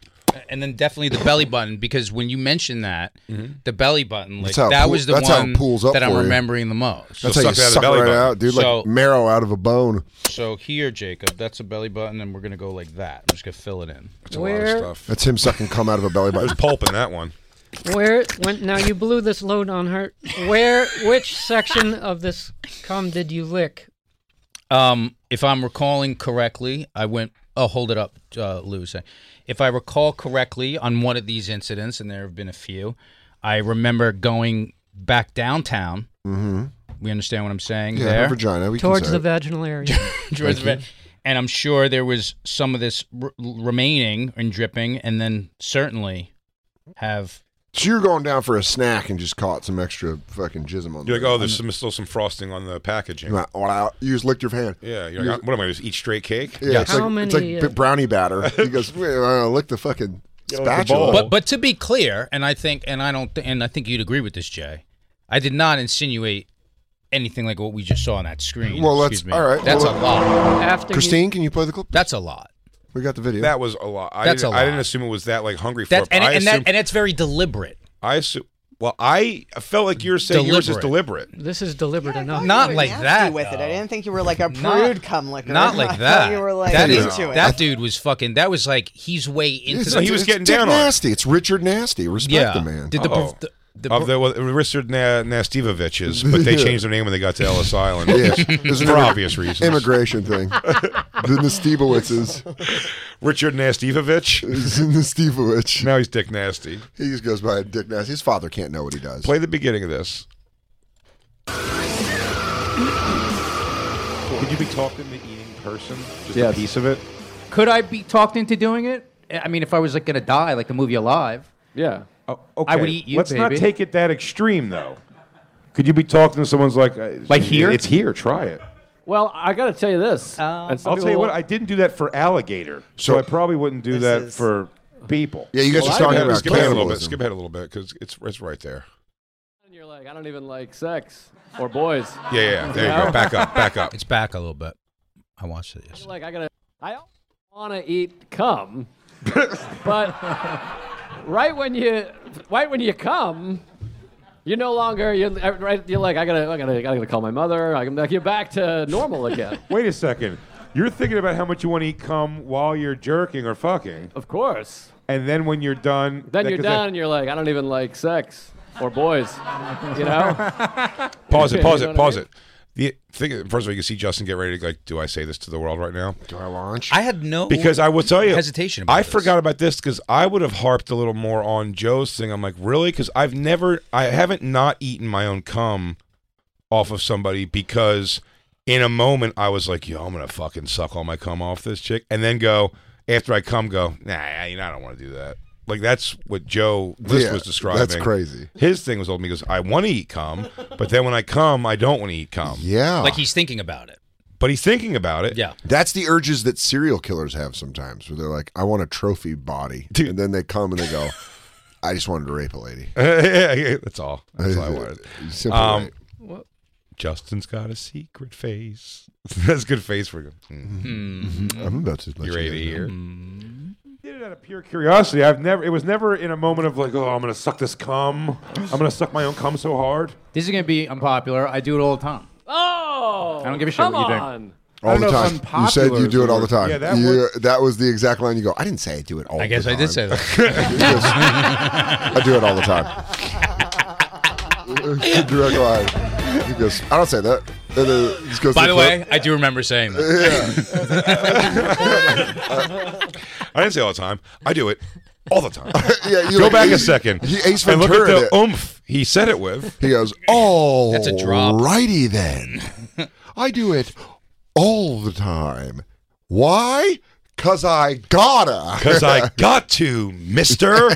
Speaker 9: And then definitely the belly button because when you mention that,
Speaker 4: Mm-hmm.
Speaker 9: the belly button, like
Speaker 5: That's how it
Speaker 9: that
Speaker 5: pool-
Speaker 9: was the
Speaker 5: that's how it
Speaker 9: one
Speaker 5: pulls up
Speaker 9: that I'm
Speaker 5: for you.
Speaker 9: remembering the most.
Speaker 5: That's how you suck it right out, dude.
Speaker 9: So-
Speaker 5: like marrow out of a bone.
Speaker 9: So here, Jacob, that's a belly button, and we're gonna go like that. I'm just gonna fill it
Speaker 4: a
Speaker 9: in.
Speaker 4: lot of Where- stuff.
Speaker 5: That's him sucking cum out of a belly
Speaker 4: *laughs*
Speaker 5: button.
Speaker 4: There's pulp in that one.
Speaker 8: Where when now you blew this load on her. Where which section of this cum did you lick?
Speaker 9: Um, if I'm recalling correctly, I went. Oh, hold it up, uh, Lou. Say, if I recall correctly, on one of these incidents, and there have been a few, I remember going back downtown.
Speaker 5: Mhm.
Speaker 9: We understand what I'm saying
Speaker 5: Yeah, her
Speaker 9: there.
Speaker 5: vagina, we can
Speaker 8: Towards the vaginal
Speaker 18: *laughs*
Speaker 8: area.
Speaker 9: Towards the
Speaker 8: Thank
Speaker 9: va- and I'm sure there was some of this r- remaining and dripping, and then certainly have
Speaker 5: So you're going down for a snack and just caught some extra fucking jism on
Speaker 4: You're like,
Speaker 5: there.
Speaker 4: oh, there's some, still some frosting on the packaging.
Speaker 5: You're like, "Oh, wow." You just licked your hand.
Speaker 4: Yeah, you're like, what am I just eat straight cake?
Speaker 5: Yeah, it's like, it's like
Speaker 8: uh,
Speaker 5: b- brownie batter. He goes, "Wait, uh, lick the fucking spatula.
Speaker 9: But but to be clear, and I think, and I don't, th- and I think you'd agree with this, Jay. I did not insinuate anything like what we just saw on that screen.
Speaker 5: Well, let's-
Speaker 9: Excuse me.
Speaker 5: all right,
Speaker 9: That's
Speaker 5: well,
Speaker 9: a lot.
Speaker 8: After
Speaker 5: Christine, can you play the clip?
Speaker 9: That's a lot.
Speaker 5: We got the video.
Speaker 4: That was a lot. I
Speaker 9: That's
Speaker 4: didn't,
Speaker 9: a
Speaker 4: I
Speaker 9: lot.
Speaker 4: didn't assume it was that like hungry for.
Speaker 9: That's
Speaker 4: it.
Speaker 9: and,
Speaker 4: I
Speaker 9: and that
Speaker 4: assumed-
Speaker 9: and it's very deliberate.
Speaker 4: I assume. Well, I felt like you were saying yours is deliberate.
Speaker 8: This is deliberate enough.
Speaker 9: thought Not you were like
Speaker 7: nasty
Speaker 9: that,
Speaker 7: With it, I
Speaker 9: though.
Speaker 7: didn't think you were like a
Speaker 9: Not-
Speaker 7: prude cum licker.
Speaker 9: Not
Speaker 7: *laughs*
Speaker 9: like
Speaker 7: I thought
Speaker 9: that.
Speaker 7: You were like
Speaker 9: that is-
Speaker 7: into it.
Speaker 9: that dude was fucking. That was like he's way into.
Speaker 5: It's-
Speaker 9: the-
Speaker 5: it's Dick nasty. It's Richard Nasty. Respect
Speaker 9: Yeah.
Speaker 5: the man.
Speaker 9: Did the
Speaker 4: Oh.
Speaker 9: perf- the- the
Speaker 4: of the well, Richard Na- Nastivoviches, but they
Speaker 5: *laughs* Yeah.
Speaker 4: changed their name when they got to Ellis Island *laughs*
Speaker 5: Yeah, there's an
Speaker 4: for
Speaker 5: immi-
Speaker 4: obvious reasons.
Speaker 5: Immigration
Speaker 4: *laughs*
Speaker 5: thing. the Nestibowitzes.
Speaker 4: Richard Nastivovich.
Speaker 5: Nastivovich.
Speaker 4: Now he's Dick Nasty.
Speaker 5: He just goes by Dick Nasty. His father can't know what he does.
Speaker 4: Play the beginning of this. Could you be talked into eating person? Just a piece of it.
Speaker 19: Could I be talked into doing it? I mean, if I was like gonna die, like the movie Alive.
Speaker 4: Yeah.
Speaker 19: I would eat you,
Speaker 4: Oh, Let's not
Speaker 19: baby.
Speaker 4: take it that extreme, though. Could you be talking to someone's like, uh,
Speaker 19: Like here?
Speaker 4: It's here. Try it.
Speaker 18: Well, I gotta tell you this. And some
Speaker 4: Uh, I'll tell you
Speaker 18: people-
Speaker 4: what. I didn't do that for alligator, so, I probably wouldn't do that for people.
Speaker 5: Yeah, you guys Well, are I talking don't- about
Speaker 4: skip ahead a little bit.
Speaker 5: cannibalism.
Speaker 4: Skip ahead a little bit because it's it's right there.
Speaker 18: You're like, I don't even like sex or boys. *laughs*
Speaker 4: Yeah, yeah. yeah. There you
Speaker 18: know?
Speaker 4: go. Back up. Back up.
Speaker 9: It's back a little bit. I watched it.
Speaker 18: You're like, I gotta, I want to eat
Speaker 4: *laughs*
Speaker 18: cum, but right when you, right when you come, you no longer you right. You're like, I gotta, I gotta, I gotta call my mother. I'm like, you're back to normal
Speaker 4: *laughs*
Speaker 18: again.
Speaker 4: *laughs* Wait a second. You're thinking about how much you want to eat cum while you're jerking or fucking,
Speaker 18: of course.
Speaker 4: and then when you're done,
Speaker 18: Then
Speaker 4: that-
Speaker 18: you're
Speaker 4: 'cause
Speaker 18: done.
Speaker 4: that-
Speaker 18: and You're like, I don't even like sex or boys. You
Speaker 4: *laughs*
Speaker 18: know.
Speaker 4: Pause it.
Speaker 18: *laughs*
Speaker 4: Pause
Speaker 18: You know
Speaker 4: it.
Speaker 18: what I
Speaker 4: Pause
Speaker 18: mean?
Speaker 4: it. The thing, first of all, you can see Justin get ready to like. Do I say this to the world right now?
Speaker 5: Do I launch?
Speaker 9: I had no
Speaker 4: because I will tell you
Speaker 9: hesitation. About
Speaker 4: I
Speaker 9: this.
Speaker 4: forgot about this because I would have harped a little more on Joe's thing. I'm like, really? Because I've never, I haven't not eaten my own cum off of somebody because in a moment I was like, yo, I'm gonna fucking suck all my cum off this chick, and then go after I cum, go, nah, you know, I don't want to do that. Like that's what Joe List
Speaker 5: Yeah,
Speaker 4: was
Speaker 5: that's
Speaker 4: describing.
Speaker 5: crazy.
Speaker 4: His thing was old me because I want to eat cum, but then when I cum, I don't want to eat cum.
Speaker 5: Yeah.
Speaker 9: like he's thinking about it.
Speaker 4: but he's thinking about it. *laughs*
Speaker 9: Yeah.
Speaker 5: That's the urges that serial killers have sometimes, where they're like, I want a trophy body. And then they come and they go, I just wanted to rape a lady.
Speaker 4: That's all. That's
Speaker 5: *laughs*
Speaker 4: all I wanted. Um,
Speaker 5: Simple, right?
Speaker 8: What?
Speaker 4: Justin's got a secret face. *laughs* That's a good face for him.
Speaker 5: I'm about to let
Speaker 4: You're
Speaker 5: you
Speaker 4: ready to
Speaker 5: guys know.
Speaker 4: hear. Mm. Did it out of pure curiosity. I've never. It was never in a moment of like, oh, I'm gonna suck this cum. I'm gonna suck my own cum so hard.
Speaker 19: This is gonna be unpopular. I do it all the time.
Speaker 18: Oh.
Speaker 19: I don't give a shit
Speaker 18: come
Speaker 19: what you think.
Speaker 18: on.
Speaker 19: I
Speaker 5: All
Speaker 19: don't
Speaker 5: the
Speaker 19: know if
Speaker 5: time. You said
Speaker 19: unpopular
Speaker 5: you
Speaker 19: is
Speaker 5: do
Speaker 19: the
Speaker 5: it all the
Speaker 19: word.
Speaker 5: time.
Speaker 19: Yeah, that
Speaker 5: You-
Speaker 19: was-
Speaker 5: that was the exact line you go, I didn't say I do it all
Speaker 9: I
Speaker 5: the
Speaker 9: guess I
Speaker 5: time.
Speaker 9: did say
Speaker 5: that. *laughs* I do it all the
Speaker 4: *laughs*
Speaker 5: time. Direct line. He goes, I don't say that. And then he just goes
Speaker 9: By
Speaker 5: to
Speaker 9: the
Speaker 5: clip.
Speaker 9: way, I do remember saying that.
Speaker 4: I didn't say all the time. I do it all
Speaker 5: *laughs*
Speaker 4: the time.
Speaker 5: *laughs* yeah, you
Speaker 4: Go
Speaker 5: like
Speaker 4: back a
Speaker 5: Ace-
Speaker 4: second.
Speaker 5: he Ace
Speaker 4: and look at
Speaker 5: Ventura'd
Speaker 4: the
Speaker 5: it.
Speaker 4: oomph he said it with.
Speaker 5: He goes, all
Speaker 4: That's a drop.
Speaker 5: righty then. I do it all the time. Why? Because I gotta.
Speaker 4: Because
Speaker 5: *laughs*
Speaker 4: I got to, Mister.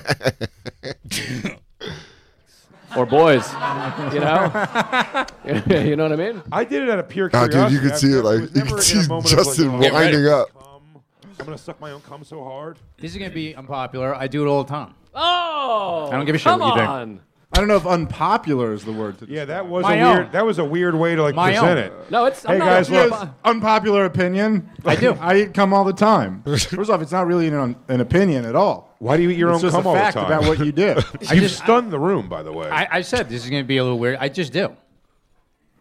Speaker 18: or boys. You
Speaker 4: *laughs*
Speaker 18: know? *laughs* you know what I mean?
Speaker 4: I did it out of pure
Speaker 5: Ah, dude, you can see it. Like you can *laughs* see Justin winding up.
Speaker 4: I'm gonna suck my own cum so hard.
Speaker 19: This is gonna be unpopular. I do it all the time.
Speaker 18: Oh.
Speaker 19: I don't give a shit
Speaker 18: come
Speaker 19: what you think.
Speaker 18: on.
Speaker 20: I don't know if unpopular is the word. To yeah,
Speaker 4: that was a weird. That was a weird way to like
Speaker 20: My
Speaker 4: present
Speaker 20: own.
Speaker 4: it.
Speaker 20: No, it's-
Speaker 4: Hey
Speaker 20: I'm not
Speaker 4: guys,
Speaker 20: upset
Speaker 4: look.
Speaker 20: about- unpopular opinion. I do. *laughs* I eat cum all the time. First off, it's not really an, an opinion at all.
Speaker 4: Why do you eat your
Speaker 20: it's
Speaker 4: own
Speaker 20: just
Speaker 4: cum
Speaker 20: a
Speaker 4: all the
Speaker 20: fact
Speaker 4: time?
Speaker 20: About what you
Speaker 4: *laughs*
Speaker 20: do.
Speaker 4: You've stunned the room, by the way,
Speaker 18: I, I said this is going to be a little weird. I just do.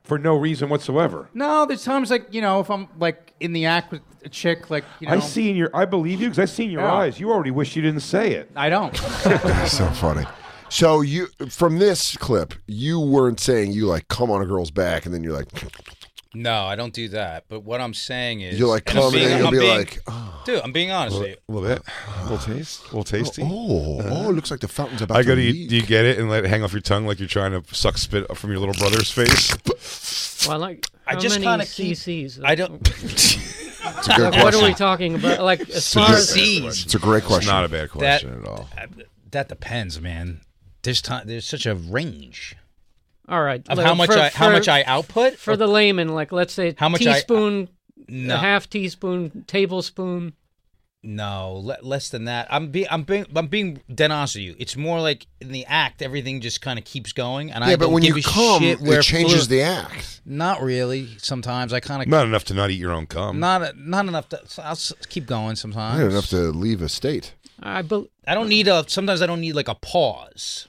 Speaker 4: for no reason whatsoever.
Speaker 19: No, there's times like you know if I'm like in the act with a chick, like you know.
Speaker 4: I see in your. I believe you because I see in your
Speaker 19: Yeah.
Speaker 4: eyes. You already wish you didn't say it.
Speaker 19: I don't.
Speaker 5: That's so funny. So you from this clip, you weren't saying you like come on a girl's back, and then you're like,
Speaker 9: No, I don't do that. But what I'm saying is,
Speaker 5: You're like
Speaker 9: and I'm
Speaker 5: coming
Speaker 9: being-
Speaker 5: and you'll
Speaker 9: I'm
Speaker 5: be
Speaker 9: being-
Speaker 5: like,
Speaker 9: dude, I'm being honest with you.
Speaker 4: A little bit, a little taste, a little tasty.
Speaker 5: oh, oh, it looks like the fountain's about
Speaker 4: I
Speaker 5: to
Speaker 4: go to
Speaker 5: leak.
Speaker 4: you, do you get it and let it hang off your tongue like you're trying to suck spit from your little brother's face?
Speaker 8: Well, like,
Speaker 9: I
Speaker 8: how
Speaker 9: just
Speaker 8: many
Speaker 9: kinda keep-
Speaker 8: CCs?
Speaker 9: I don't.
Speaker 8: oh.
Speaker 5: a good
Speaker 8: like, what are we
Speaker 5: question.
Speaker 8: talking
Speaker 9: *laughs*
Speaker 8: about? Like, as
Speaker 5: It's a
Speaker 8: far
Speaker 5: good-
Speaker 8: as
Speaker 5: It's a great question.
Speaker 4: It's not a bad question at
Speaker 9: That-
Speaker 4: all.
Speaker 9: *laughs* That depends, man. There's time. There's such a range.
Speaker 8: All right.
Speaker 9: Of
Speaker 8: like,
Speaker 9: how much I- how much I output?
Speaker 8: for the layman, like let's say
Speaker 9: How much I-
Speaker 8: teaspoon,
Speaker 9: No.
Speaker 8: a half teaspoon, tablespoon.
Speaker 9: No, le- less than that. I'm be I'm being I'm being dead honest with you. It's more like in the act, everything just kind of keeps going, and I
Speaker 5: yeah, but
Speaker 9: don't
Speaker 5: when
Speaker 9: give
Speaker 5: you
Speaker 9: a
Speaker 5: come,
Speaker 9: shit where
Speaker 5: it changes
Speaker 9: fluid-
Speaker 5: the act.
Speaker 9: Not really. Sometimes I kind of
Speaker 4: Not enough to not eat your own cum.
Speaker 9: not not enough to. so I'll s- keep going
Speaker 5: I
Speaker 9: sometimes.
Speaker 5: don't have to leave a state.
Speaker 9: Mm-hmm.
Speaker 8: I bel
Speaker 9: I don't need a. Sometimes I don't need like a pause.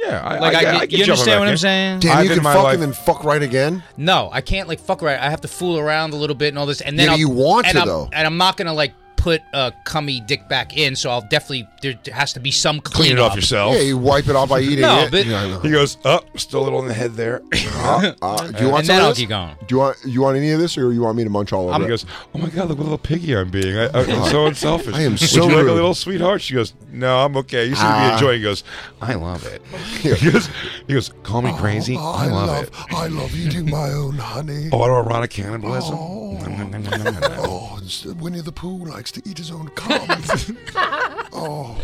Speaker 4: Yeah, I,
Speaker 9: Like,
Speaker 4: I, get-
Speaker 9: I get-
Speaker 4: I get
Speaker 9: you
Speaker 4: jumping back
Speaker 9: understand what I'm
Speaker 4: in.
Speaker 9: saying?
Speaker 5: Damn,
Speaker 4: I've
Speaker 5: you
Speaker 4: in
Speaker 5: can
Speaker 4: my
Speaker 5: fuck
Speaker 4: life-
Speaker 5: and then fuck right again.
Speaker 9: No, I can't like fuck right. I have to fool around a little bit and all this, and then
Speaker 5: Yeah,
Speaker 9: I'll,
Speaker 5: you want
Speaker 9: and
Speaker 5: to,
Speaker 9: I'm,
Speaker 5: though.
Speaker 9: And I'm not gonna like put a cummy dick back in. So I'll definitely there has to be some
Speaker 4: Clean it
Speaker 9: cleanup.
Speaker 4: off yourself.
Speaker 5: Yeah, you wipe it off by eating
Speaker 9: *laughs* No,
Speaker 5: it.
Speaker 9: but-
Speaker 5: Yeah,
Speaker 4: *laughs* He goes, oh, still a little in the head
Speaker 9: *laughs*
Speaker 4: there. Oh,
Speaker 5: uh, uh, do you want some
Speaker 9: And then
Speaker 5: of
Speaker 9: I'll
Speaker 5: this?
Speaker 9: keep going.
Speaker 5: Do you want you want any of this, or you want me to munch all over
Speaker 4: He
Speaker 5: it?
Speaker 4: goes, oh my god, look what a little piggy I'm being. I, I'm so unselfish.
Speaker 5: I am
Speaker 4: Would
Speaker 5: so
Speaker 4: you like
Speaker 5: rude.
Speaker 4: a little sweetheart? She goes, no, I'm okay. You seem to be
Speaker 5: Ah.
Speaker 4: enjoying. He goes, I love it. *laughs* He goes, he goes, call me crazy. I, love, it.
Speaker 5: Oh, I love eating
Speaker 4: *laughs*
Speaker 5: my own honey.
Speaker 4: Autoerotic cannibalism. *laughs*
Speaker 5: Oh, it's- Winnie the Pooh likes to eat his own cum. oh,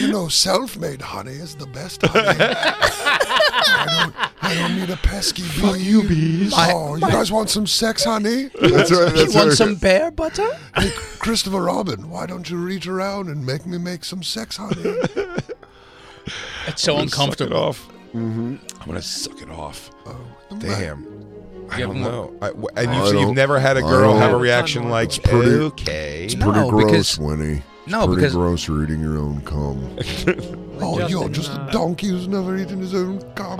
Speaker 5: you know, self-made honey is the best
Speaker 4: *laughs*
Speaker 5: honey. I don't, I don't need a pesky bee. Fuck you, bees. Oh, you guys want some sex, honey?
Speaker 4: That's right, that's right.
Speaker 9: bear butter?
Speaker 5: Hey, Christopher Robin, why don't you reach around and make me make some sex,
Speaker 4: *laughs*
Speaker 5: honey?
Speaker 9: It's so
Speaker 4: I'm gonna suck it
Speaker 9: uncomfortable.
Speaker 4: off. I'm gonna suck it off.
Speaker 5: Oh,
Speaker 4: Damn. I
Speaker 9: You have
Speaker 4: don't
Speaker 9: more?
Speaker 4: know. I, w- and
Speaker 5: I
Speaker 4: you, so you've
Speaker 5: don't-
Speaker 4: never had a
Speaker 5: I
Speaker 4: girl
Speaker 5: don't-
Speaker 4: have a reaction like,
Speaker 5: It's pretty-
Speaker 4: okay.
Speaker 5: It's pretty
Speaker 9: No,
Speaker 5: gross,
Speaker 9: because-
Speaker 5: Winnie. It's
Speaker 9: no,
Speaker 5: pretty
Speaker 9: because-
Speaker 5: gross you're eating your own cum. oh, you're just a donkey who's never eaten his own
Speaker 9: *laughs*
Speaker 5: cum.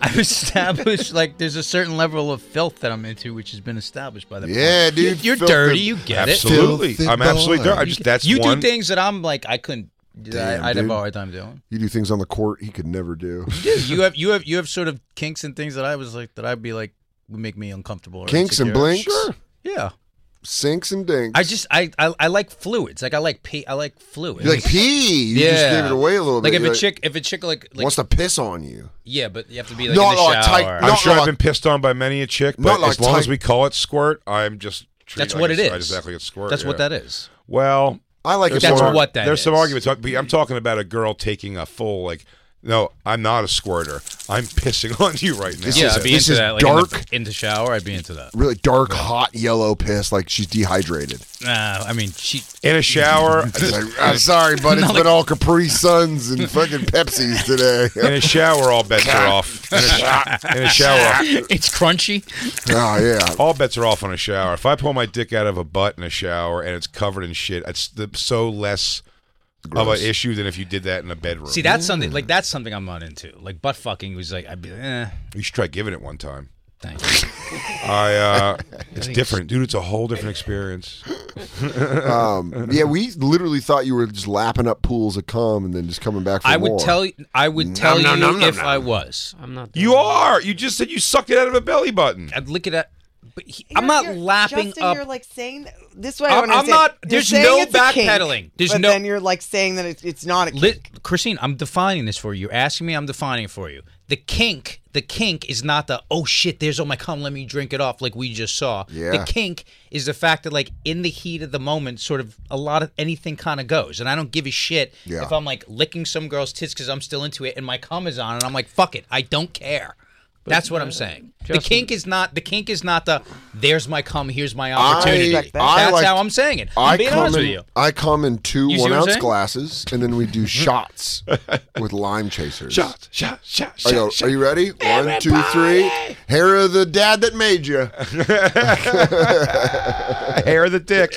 Speaker 9: I've established like there's a certain level of filth that I'm into, which has been established by the
Speaker 5: Yeah,
Speaker 9: porn.
Speaker 5: dude,
Speaker 9: You're, you're
Speaker 5: filthy-
Speaker 9: dirty. You get
Speaker 4: Absolutely.
Speaker 5: Filthy
Speaker 4: I'm absolutely
Speaker 5: boy.
Speaker 4: dirty. I
Speaker 9: it.
Speaker 4: just that's
Speaker 9: you
Speaker 4: one.
Speaker 9: do things that I'm like I couldn't.
Speaker 5: Damn,
Speaker 9: I, I'd have
Speaker 5: dude.
Speaker 9: a hard time doing.
Speaker 5: you do things on the court he could never do.
Speaker 9: Dude, you have you have you have sort of kinks and things that I was like that I'd be like would make me uncomfortable. Or
Speaker 5: Kinks and
Speaker 9: insecure.
Speaker 5: blinks?
Speaker 9: Sure. Yeah.
Speaker 5: Sinks and dinks.
Speaker 9: I just I, I I like fluids. Like I like pee. I like fluids.
Speaker 5: you like pee. You
Speaker 9: yeah.
Speaker 5: just give it away a little
Speaker 9: Like
Speaker 5: bit.
Speaker 9: if
Speaker 5: You're
Speaker 9: a chick if a chick like like
Speaker 5: wants to piss on you.
Speaker 9: yeah, but you have to be like
Speaker 5: No,
Speaker 9: in the
Speaker 5: no, a tight-
Speaker 9: shower.
Speaker 5: no,
Speaker 4: I'm sure
Speaker 5: like-
Speaker 4: I've been pissed on by many a chick, but
Speaker 5: Not like
Speaker 4: as long as
Speaker 5: tight-
Speaker 4: we call it squirt, I'm just. treat-
Speaker 9: That's
Speaker 4: I
Speaker 9: what it
Speaker 4: just- I
Speaker 9: is.
Speaker 4: just act like it's squirt.
Speaker 9: That's what
Speaker 4: yeah.
Speaker 9: that is.
Speaker 4: Well,
Speaker 5: I like
Speaker 4: there's
Speaker 5: it
Speaker 9: That's
Speaker 4: some-
Speaker 5: more.
Speaker 9: what that
Speaker 4: There's some
Speaker 9: is.
Speaker 4: arguments. but I'm talking about a girl taking a full like. No, I'm not a squirter. I'm pissing *laughs* on you right now.
Speaker 5: This
Speaker 9: yeah,
Speaker 5: is-
Speaker 9: I'd be
Speaker 5: this
Speaker 9: into
Speaker 5: is
Speaker 9: that. Like in the-
Speaker 5: dark.
Speaker 9: in the, shower, I'd be into that.
Speaker 5: Really dark, hot yellow piss, like she's dehydrated.
Speaker 9: Nah, I mean she.
Speaker 4: in a *laughs* shower. I just-
Speaker 5: Like, I'm sorry,
Speaker 9: *laughs*
Speaker 5: but it's been all Capri Suns and fucking Pepsis
Speaker 4: in
Speaker 9: *laughs*
Speaker 5: today.
Speaker 4: a shower, all bets are off. In *laughs* a, sho- in a shower,
Speaker 9: it's crunchy.
Speaker 5: oh yeah,
Speaker 4: all bets are off on a shower. If I pull my dick out of a butt in a shower and it's covered in shit, it's the, so less
Speaker 5: Gross.
Speaker 4: of an issue than if you did that in a bedroom.
Speaker 9: See, that's something like that's something I'm not into. Like butt fucking was like I'd be like, eh,
Speaker 4: you should try giving it one time.
Speaker 9: thank you.
Speaker 4: I uh *laughs* it's different, dude. It's a whole different experience.
Speaker 5: um, yeah. We literally thought you were just lapping up pools of cum and then just coming back. For
Speaker 9: I would
Speaker 5: more.
Speaker 9: tell you. I would tell
Speaker 5: Mm. nom,
Speaker 9: you
Speaker 5: nom, nom,
Speaker 9: if
Speaker 5: nom.
Speaker 9: I was.
Speaker 8: I'm not.
Speaker 4: You are. You just said you sucked it out of a belly button.
Speaker 9: I'd lick it at. But he, I'm not
Speaker 7: You're-
Speaker 9: lapping
Speaker 7: Justin,
Speaker 9: up.
Speaker 7: You're like saying th- this way.
Speaker 9: I'm-
Speaker 7: I don't
Speaker 9: I'm
Speaker 7: understand.
Speaker 9: not-
Speaker 7: You're
Speaker 9: there's
Speaker 7: saying
Speaker 9: no
Speaker 7: it's a kink,
Speaker 9: backpedaling. There's
Speaker 7: but
Speaker 9: no-
Speaker 7: Then you're like saying that it's, it's not a kink.
Speaker 9: Lit, Christine, I'm defining this for you. You're asking me. I'm defining it for you. The kink. The kink is not the oh shit. There's oh my cum. Let me drink it off like we just saw.
Speaker 5: Yeah.
Speaker 9: The kink is the fact that like in the heat of the moment, sort of a lot of anything kind of goes, and I don't give a shit
Speaker 5: Yeah.
Speaker 9: if I'm like licking some girl's tits because I'm still into it, and my cum is on, and I'm like fuck it. I don't care. That's what I'm saying. the kink is not the kink is not the there's my cum, here's my
Speaker 5: I-
Speaker 9: opportunity.
Speaker 5: I
Speaker 9: That's
Speaker 5: like-
Speaker 9: how I'm saying it. I'm
Speaker 5: I
Speaker 9: being
Speaker 5: come
Speaker 9: honest
Speaker 5: in,
Speaker 9: with you.
Speaker 5: I come in two
Speaker 9: You see
Speaker 5: one
Speaker 9: what I'm
Speaker 5: ounce
Speaker 9: saying?
Speaker 5: glasses, and then we
Speaker 9: *laughs*
Speaker 5: do shots with lime chasers.
Speaker 4: Shots, shots, shots.
Speaker 5: I go,
Speaker 4: shots,
Speaker 5: are you ready? One, two, three. Hair of the dad that made
Speaker 9: *laughs*
Speaker 5: you. *laughs*
Speaker 4: Hair of the *laughs* dick.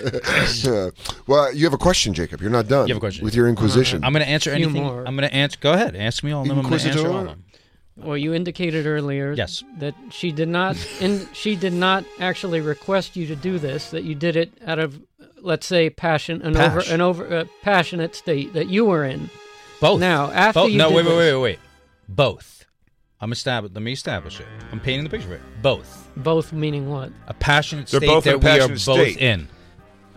Speaker 5: well, you have a question, Jacob. You're not done. You have a question with your inquisition.
Speaker 9: I'm going to answer
Speaker 8: Few
Speaker 9: anything.
Speaker 8: more.
Speaker 9: I'm going to answer. Go ahead, ask me all. of them. I'm going to answer all of
Speaker 8: Inquisitor?
Speaker 9: them.
Speaker 8: Well, you indicated earlier
Speaker 9: Yes.
Speaker 8: that she did
Speaker 9: *laughs*
Speaker 8: not in, she did not actually request you to do this. That you did it out of, let's say, passion an over
Speaker 9: Pash.
Speaker 8: an over uh, passionate state that you were in.
Speaker 9: Both.
Speaker 8: Now after
Speaker 9: Both.
Speaker 8: you
Speaker 9: no,
Speaker 8: did
Speaker 9: wait, wait,
Speaker 8: this-
Speaker 9: wait, wait, wait. Both. I'm establish. Let me establish it. I'm painting the picture for it. Both.
Speaker 8: Both meaning what?
Speaker 9: A passionate
Speaker 4: They're
Speaker 9: state
Speaker 4: both in
Speaker 9: that
Speaker 4: a
Speaker 9: we are
Speaker 4: passionate
Speaker 9: both
Speaker 4: state.
Speaker 9: in.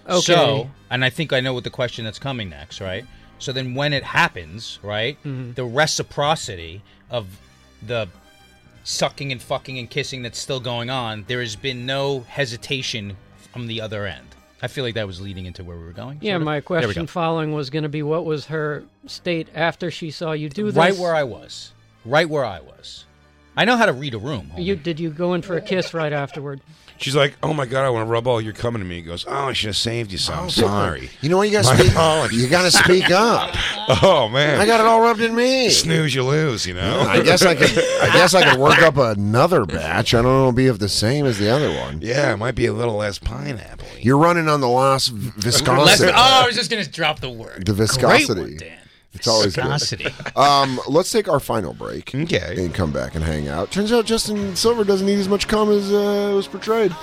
Speaker 8: Okay.
Speaker 9: So, and I think I know what the question that's coming next, right? So then, when it happens, right,
Speaker 8: Mm-hmm.
Speaker 9: the reciprocity of the sucking and fucking and kissing that's still going on, there has been no hesitation from the other end. I feel like that was leading into where we were going.
Speaker 8: Yeah,
Speaker 9: sort of.
Speaker 8: my
Speaker 9: There we go.
Speaker 8: question following was going to be what was her state after she saw you do this?
Speaker 9: right where I was. Right where I was. I know how to read a room. homie.
Speaker 8: you did you go in for a kiss right afterward?
Speaker 4: She's like, oh my god, I want to rub all your cum into me. He goes, oh, I should have saved you some. I'm *laughs* sorry.
Speaker 5: You know what? You
Speaker 4: My
Speaker 5: gotta speak.
Speaker 4: apologies.
Speaker 5: You gotta speak up.
Speaker 4: Oh man,
Speaker 5: I got it all rubbed in me.
Speaker 4: Snooze, you lose. You know.
Speaker 5: I
Speaker 4: *laughs*
Speaker 5: guess I could. I guess I could work up another batch. I don't know, be if the same as the other one.
Speaker 4: Yeah, it might be a little less pineapple.
Speaker 5: You're running on the loss v-
Speaker 9: Let's-
Speaker 5: viscosity.
Speaker 9: oh, I was just gonna drop the word.
Speaker 5: the viscosity. It's always good.
Speaker 9: Viscosity.
Speaker 5: Um, let's take our final break.
Speaker 4: Okay.
Speaker 5: And come back and hang out. Turns out Justin Silver doesn't need as much cum as uh, was portrayed.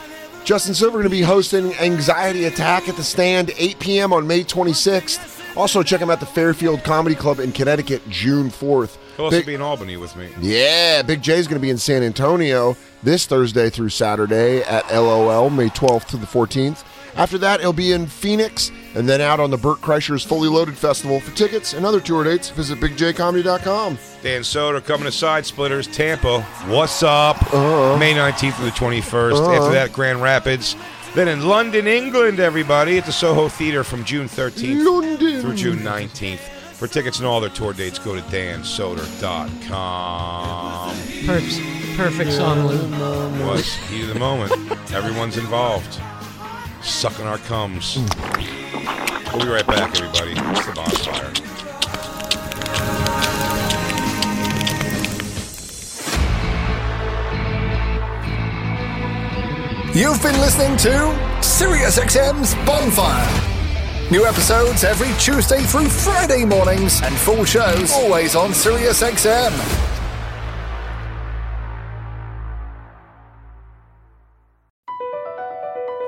Speaker 5: Justin Silver going to be hosting Anxiety Attack at the Stand 8 p.m. on May 26th. Also, check him out at the Fairfield Comedy Club in Connecticut June 4th.
Speaker 4: He'll also
Speaker 5: Big-
Speaker 4: be in Albany with me.
Speaker 5: yeah, Big J's going to be in San Antonio this Thursday through Saturday at LOL, May 12th to the 14th. After that, he'll be in Phoenix and then out on the Burt Kreischer's Fully Loaded Festival. For tickets and other tour dates, visit bigjcomedy.com.
Speaker 4: Dan Soder coming to Side Splitters, Tampa. What's up? May 19th to the 21st.
Speaker 5: Uh-huh.
Speaker 4: After that, Grand Rapids. Then in London, England, everybody, at the Soho Theater from June 13th through June 19th. For tickets and all their tour dates, go to dansoder.com.
Speaker 8: Perfect, perfect song, Lou.
Speaker 4: Was heat of the moment. Everyone's involved. Sucking our cums. We'll be right back, everybody. It's the bonfire.
Speaker 13: You've been listening to SiriusXM's Bonfire. New episodes every Tuesday through Friday mornings, and full shows always on SiriusXM.